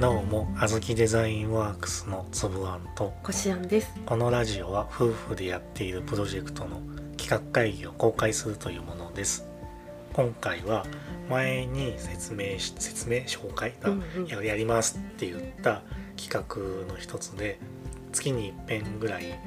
どうもあずきデザインワークスのつぶあんとこしあんですこのラジオは夫婦でやっているプロジェクトの企画会議を公開するというものです今回は前に説明し説明紹介だ、うんうんややりますって言った企画の一つで月に一遍ぐらい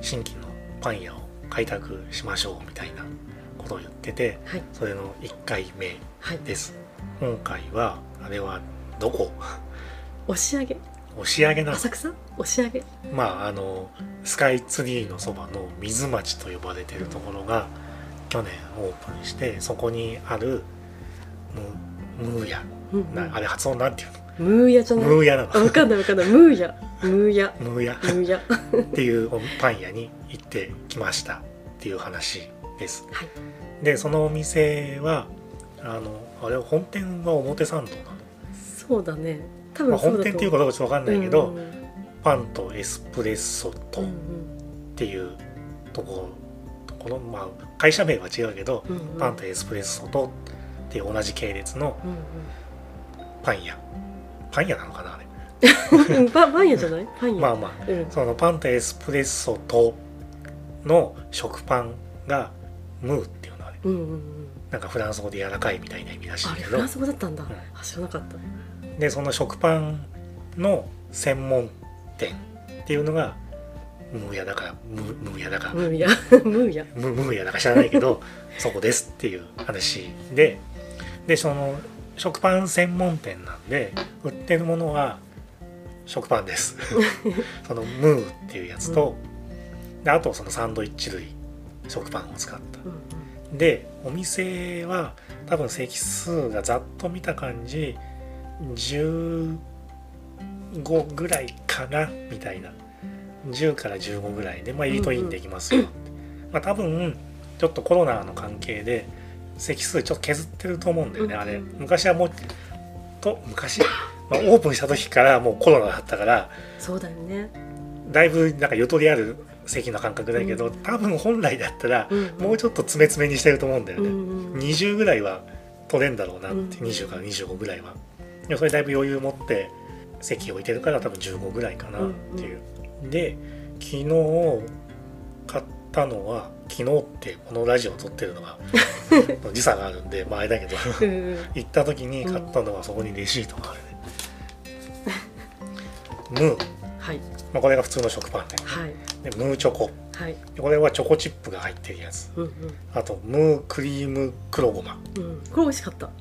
新規のパン屋を開拓しましょうみたいなことを言っててはいそれの1回目はいです今回はあれはどこ押し上げ押し上げな浅草押し上げまああのスカイツリーのそばの水町と呼ばれてるところが去年オープンしてそこにあるムムーヤうんうんなあれ発音なんていうムーヤじゃのないムーヤなあわのかんないわかんないムーヤムーヤムーヤムーヤ はっていうおパン屋に行ってきましたっていう話ですいでそのお店はあのあれ本店は表参道なの、そうだね多まあ、分そうだと思本店っていうかどうかちょっとわかんないけど、うんうんパンとエスプレッソとうっんていうところこの、まあ、会社名は違うけど、うんうんうんパンとエスプレッソとっていう同じ系列のパン屋パン屋なのかなあれうんうんパパン屋じゃないパン 屋まあまあうんそのパンとエスプレッソとの食パンがムーっていうのあれうんうんうんなんかフランス語で柔らかいみたいな意味らしいんあだれけフどランス語だったんだうんあ知らなかったでその食パンの専門店っていうのがムーヤだからムムーヤだからムーヤ ムーヤムムーヤだか知らないけどそこですっていう話ででその食パン専門店なんで売ってるものは食パンですそのムーっていうやつと、であとそのサンドイッチ類食パンを使ったうんうんでお店は多分席数がざっと見た感じ15ぐらいかなみたいな10から15ぐらいで、まあ、イートインできますよ、まあ、多分ちょっとコロナの関係で席数ちょっと削ってると思うんだよね、うんうんあれ昔はもうと昔、まあ、オープンした時からもうコロナだったからそうだよねだいぶなんかゆとりある席の感覚だけど、多分本来だったらもうちちょっと詰め詰めにしてると思うんだよね、ょ20ぐらいは取れんだろうなって、うん20から25ぐらいはでもそれだいぶ余裕持って席置いてるから多分15ぐらいかなっていう、で昨日買ったのは昨日ってこのラジオを撮ってるのが時差があるんでまああれだけど行った時に買ったのはそこにレシートがあるね、ムー、はいまあ、これが普通の食パンはいででムーチョコはいこれはチョコチップが入ってるやつうんうんあとムークリーム黒ごまうん、これ美味しかった。うん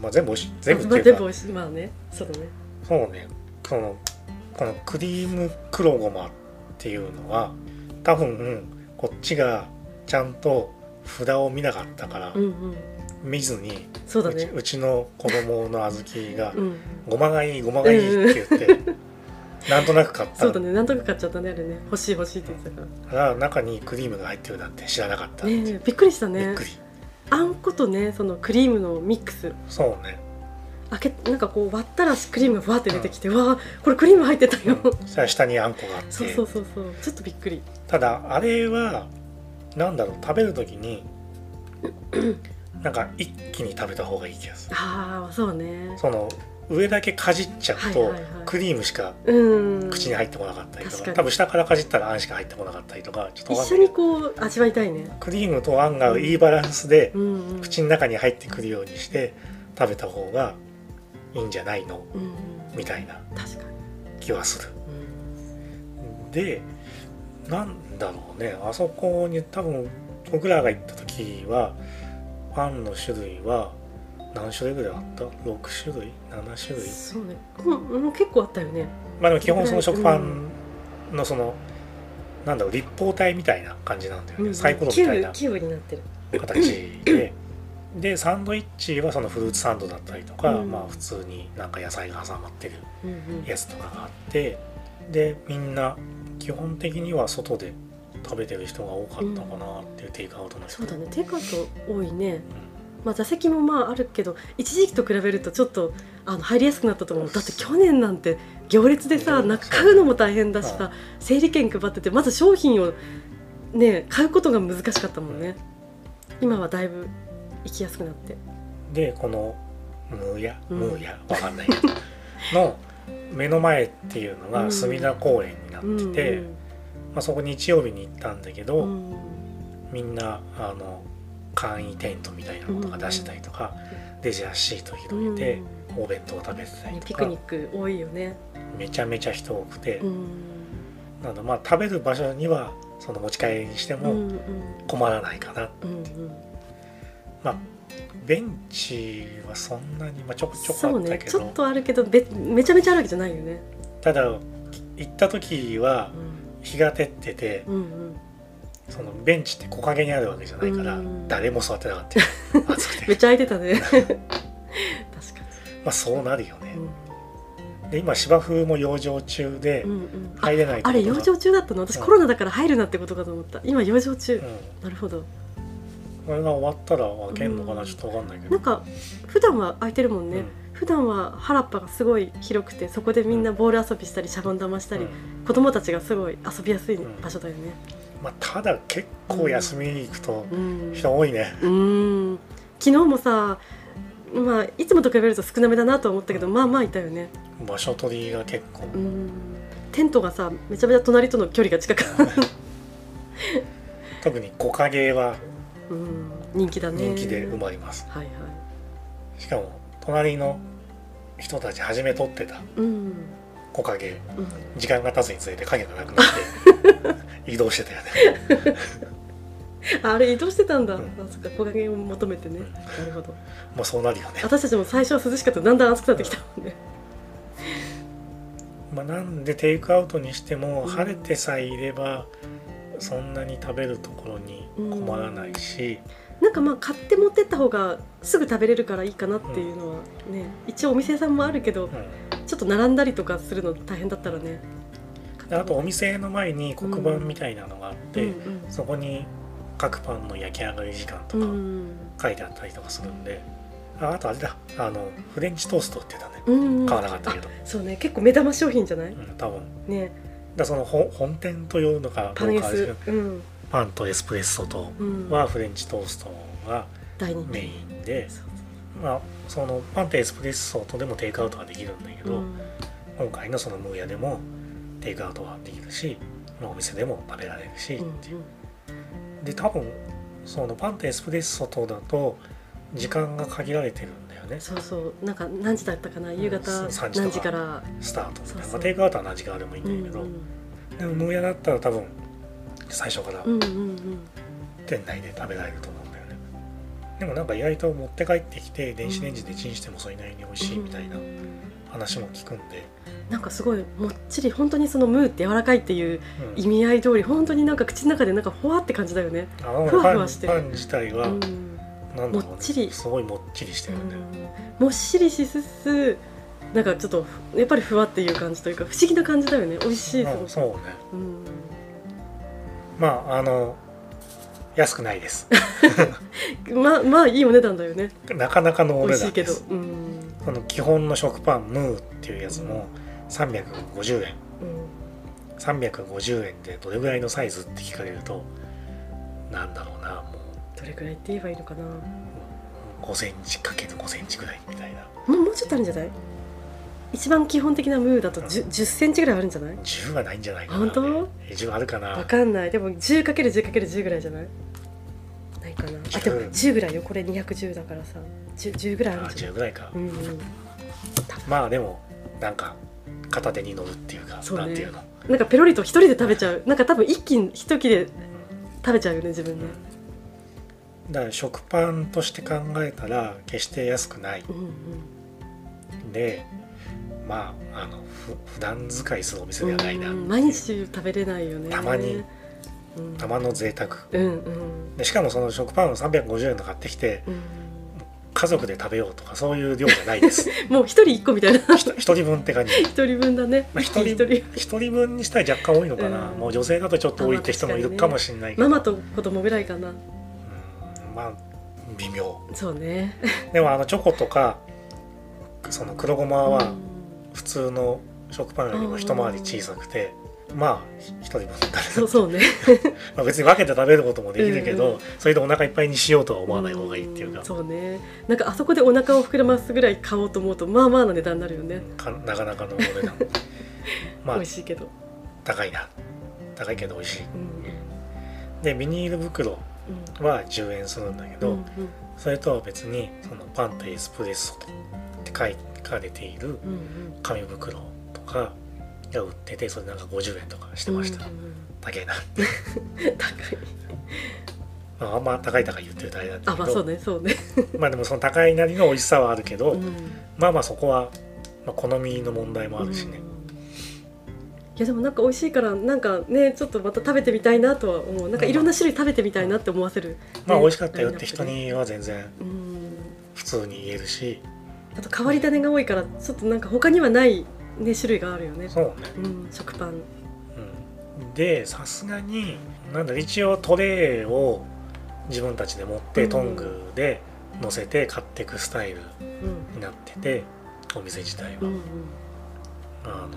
まあ、全部おいしい全部まってあい全う部か美味しい。まあね、そうだね。そうねこのこのクリーム黒ごまっていうのは多分こっちがちゃんと札を見なかったからうんうん。見ずにそうだうちね。うちの子供の小豆がうんうん。 「ごまがいいごまがいい」って言って なんとなく買ったそうだかね。なんとか買っちゃったね、あれね。欲しい欲しいって言ってたから。ら中にクリームが入ってるなんて知らなかったってねえ、びっくりしたびっねく。りあんことね、そのクリームのミックス。そうね開け、なんかこう割ったらクリームがふわって出てきて、わあ、これクリーム入ってたよ。 そしたら下にあんこがあってそうそうそうそう。ちょっとびっくり。ただあれはなんだろう食べる時になんか一気に食べた方がいい気がするああ、そうね。その上だけかじっちゃうと、はいはいはいクリームしかうん。口に入ってこなかったりと確か,、かに多分下からかじったらあんしか入ってこなかったりとかちょっとわかん一ないけ緒にどこう味わいたいね。クリームとあんがいいバランスでうんうん。口の中に入ってくるようにして食べた方がいいんじゃないのうんうん。みたいな確かに。気はするうんでなんだろうねあそこに多分僕らが行った時はパンの種類は何種類ぐらいあった ?6 種類 ?7 種類そうね。うんうん結構あったよね。まあでも基本その食パうンのそのなんだろう立方体みたいな感じなんだようんうねんサイコロみたいなキューブキューブになってる。形ででサンドイッチはそのフルーツサンドだったりとかうんまあ普通になんか野菜が挟まってるうんうんやつとかがあってでみんな基本的には外で食べてる人が多かったかなっていうテイクアウトの人そうだねテイクアウト多いねうん、まあ座席もまああるけど一時期と比べるとちょっとあの入りやすくなったと思うだって去年なんて行列でさうんな買うのも大変だしさ整理券配っててまず商品をね買うことが難しかったもんね今はだいぶ行きやすくなってでこのムーヤうん ムーヤわかんないけどの目の前っていうのうがん隅田公園になってて、まあ、そこ日曜日に行ったんだけど、うんうんみんなあの簡易テントみたいなものが出してたりとか、レジャーシート広げて、お弁当食べてたりねとピクかニック多いよね。めちゃめちゃ人多くて、うんなのでまあ食べる場所にはその持ち帰りにしてうんうもん困らないかな、うんうんまあベンチはそんなに、まあ、ちょこちょこそあうったねけちょど、っとあるけどべめちゃめちゃあるわけじゃないよね。ただ行った時はうん日が照っててうんうん、そのベンチって木陰にあるわけじゃないからうん誰も座ってなかったよ 暑くて、めまっちゃ空いてた ね。確かあ、そうなるよねに。うんで今芝生も養生中でうんうん、あ入れないってあことれだ養生中だったの私うんコロナだから入るなってことかと思った今養生中うんなるほどこれが終わったら開けんのかなちょっとわかんないけどなんか普段は空いてるもんね、うん普段は原っぱがすごい広くてそこでみんなボール遊びしたりシャボン玉したり、うん子供たちがすごい遊びやすい場所だよねまあ、ただ結構休みに行くとうん人多いね、うん昨日もさまあいつもと比べると少なめだなとは思ったけどまあまあいたよね場所取りが結構、うんテントがさめちゃめちゃ隣との距離が近く特に木陰はうん人気だね人気で埋まります、はいはいしかも隣の人たち初め撮ってたうん、木陰うん時間が経つにつれて影がなくなって 移動してたよねああれ移動してたんだ、うんあそっか木陰を求めてね、うんなるほどまあそうなるよね、私たちも最初は涼しかったけどだんだん暑くなってきたもんね、まあ、なんでテイクアウトにしてもうん晴れてさえいればそんなに食べるところに困らないし、なんかまあ買って持ってった方がすぐ食べれるからいいかなっていうのはね、一応お店さんもあるけどうんちょっと並んだりとかするの大変だったらねであとお店の前に黒板みたいなのがあって、うんそこに各パンの焼き上がり時間とうんかうん書いてあったりとかするんで、ああとあれだあのフレンチトースト売ってたねうんうん買わなかったけど、そうね結構目玉商品じゃないうん、多分ねだその本本店というのかパンエあれですけスどうんパンとエスプレッソとうんはフレンチトーストが大人メ気インで、そうまあ、そのパンとエスプレッソとでもテイクアウトができるんだけうど、ん今回のそのムーヤでもテイクアウトができるし、まあ、お店でも食べられるし、うんで多分そのパンとエスプレッソとだと時間が限られてるんだよねそうそうなんか何時だったかな夕方うん何3時とか時からスタートみたいなそうそうまあ、テイクアウトは何時間でもいいんだけど、でも無屋だったら多分最初からうんうんうん店内で食べられると思うんだよね、でもなんか意外と持って帰ってきて電子レンジでチンしてもそれなりに美味しいみたいな話も聞くんで、なんかすごいもっちり本当にそのムーって柔らかいっていううん意味合い通り本当になんか口の中でなんかほわって感じだよね、あのふわふパンわしてるパン自体うはんなんだろうね、もっちりすごいもっちりしてるんだよ、もっしりしつつなんかちょっとやっぱりふわっていう感じというか不思議な感じだよね美味しいうんすそごうく、ねうん、まああの安くないです まあまあいいお値段だよねなかなかのお値美味し段いけでどすうん、この基本の食パンムーっていうやつも350円うん350円でどれぐらいのサイズって聞かれるとなんだろうなもどれくらいって言えばいいのかなもう5センチかける5センチぐらいみたいなうもうちょっとあるんじゃない一番基本的なムーだと1 0ンチぐらいあるんじゃない10はないんじゃないかな本当え10あるかわなかんないでも 10×10×10 ぐらいじゃないないかなあでもうん10ぐらいよこれ210だからさ 10, 10ぐらいああるんじ10ゃないぐらいか、うんうん、まあでもなんか片手に乗るっていうかそうねなんていうの、なんかペロリと一人で食べちゃうなんか多分一気に一切れ食べちゃうよね自分で、うんだから食パンとして考えたら決して安くないうんうんでまああのふ普段使いするお店ではないなってういうん毎日食べれないよねたまにうんたまの贅沢うんうんでしかもその食パンを350円の買ってきてうん家族で食べようとかそういう量じゃないです もう一人一個み たいなひと一人分って感じ一人分だねまあ一人一一人人一人分にしたら若干多いのかな、うんもう女性だとちょっと多いって人もいるかもしれないけどママと子供ぐらいかなうんまあ微妙そうねでもあのチョコとかその黒ごまはうん普通の食パンよりも一回り小さくて、まあひ一人分食べるそうそうねまあ別に分けて食べることもできるけど、うそれでお腹いっぱいにしようとは思わない方がいいっていうかんそうねなんかあそこでお腹を膨らますぐらい買おうと思うとまあまあな値段になるよね、かなかなかのお値 段まあ美味しいけど、高いな高いけど美味しいうんでビニール袋は10円するんだけうんど、うんそれとは別にそのパンとエスプレッソとって書い書かれているうんうん紙袋とかが売っててそれなんか50円とかしてました、うんうん 高いな、うん高いまあ、あんま高い高い言ってるとあれなんだあけどまあそうねそうね、まあでもその高いなりの美味しさはあるけど、うんまあまあそこは、まあ、好みの問題もあるしね、いやでもなんか美味しいからなんかねちょっとまた食べてみたいなとは思うなんかいろんな種類食べてみたいなって思わせる、まあね美味しかったよって人には全然うん普通に言えるしあと変わり種が多いからちょっとなんか他にはないね種類があるよねそうねうん食パンうんでさすがになんだ一応トレーを自分たちで持ってうんトングで乗せて買っていくスタイルうんになっててお店自体は、うんうんあの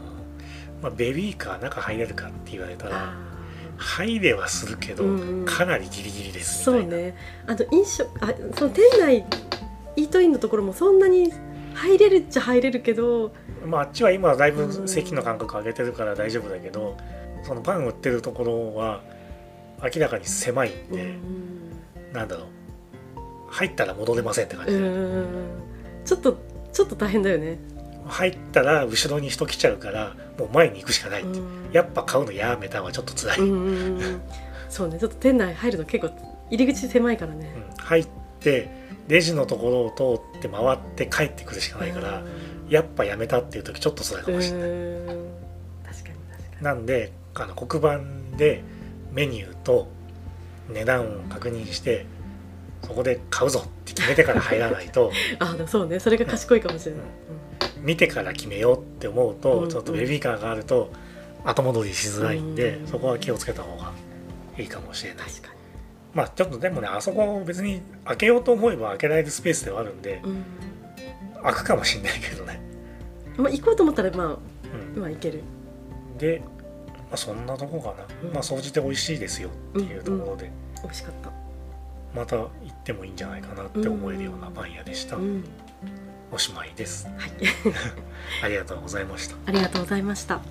まあ、ベビーカー中入れるかって言われたらあ入れはするけど、うんうんかなりギリギリでーすみそたういな、ねあの飲食あその店内イートインのところもそんなに入れるっちゃ入れるけどまあ、あっちは今だいうぶん席の間隔上げてるから大丈夫だけどそのパン売ってるところは明らかに狭いんうんうで、んなんだろう入ったら戻れませんって感うじで、んちょっとちょっと大変だよね入ったら後ろに人来ちゃうからもう前に行くしかないって、うんやっぱ買うのやめたはちょっと辛い、ううんんうんうんそうねちょっと店内入るの結構入り口狭いからね入ってレジのところを通って回って帰ってくるしかないから、うんやっぱやめたっていう時ちょっと辛いかもしれない、うん確かに確かなんであの黒板でメニューと値段を確認してそこで買うぞって決めてから入らない とにあでもそうねそれが賢いかもしれない、見てから決めようって思うと、うんうんちょっとベビーカーがあると後戻りしづらいんで、うんそこは気をつけた方がいいかもしれうんない確かまあちょっとでもねあそこ別に開けようと思えば開けられるスペースではあるんで、に、うん開くかもしんないけどね、まあ、行こうと思ったらまうあまあ行けるん、で、まあ、そんなとこかな、うんまあ総じて美味しいですよっていうところで、美味しかったまた行ってもいいんじゃないかなって思えるようなパン屋でした、うんおしまいですはい ありがとうございましたありがとうございました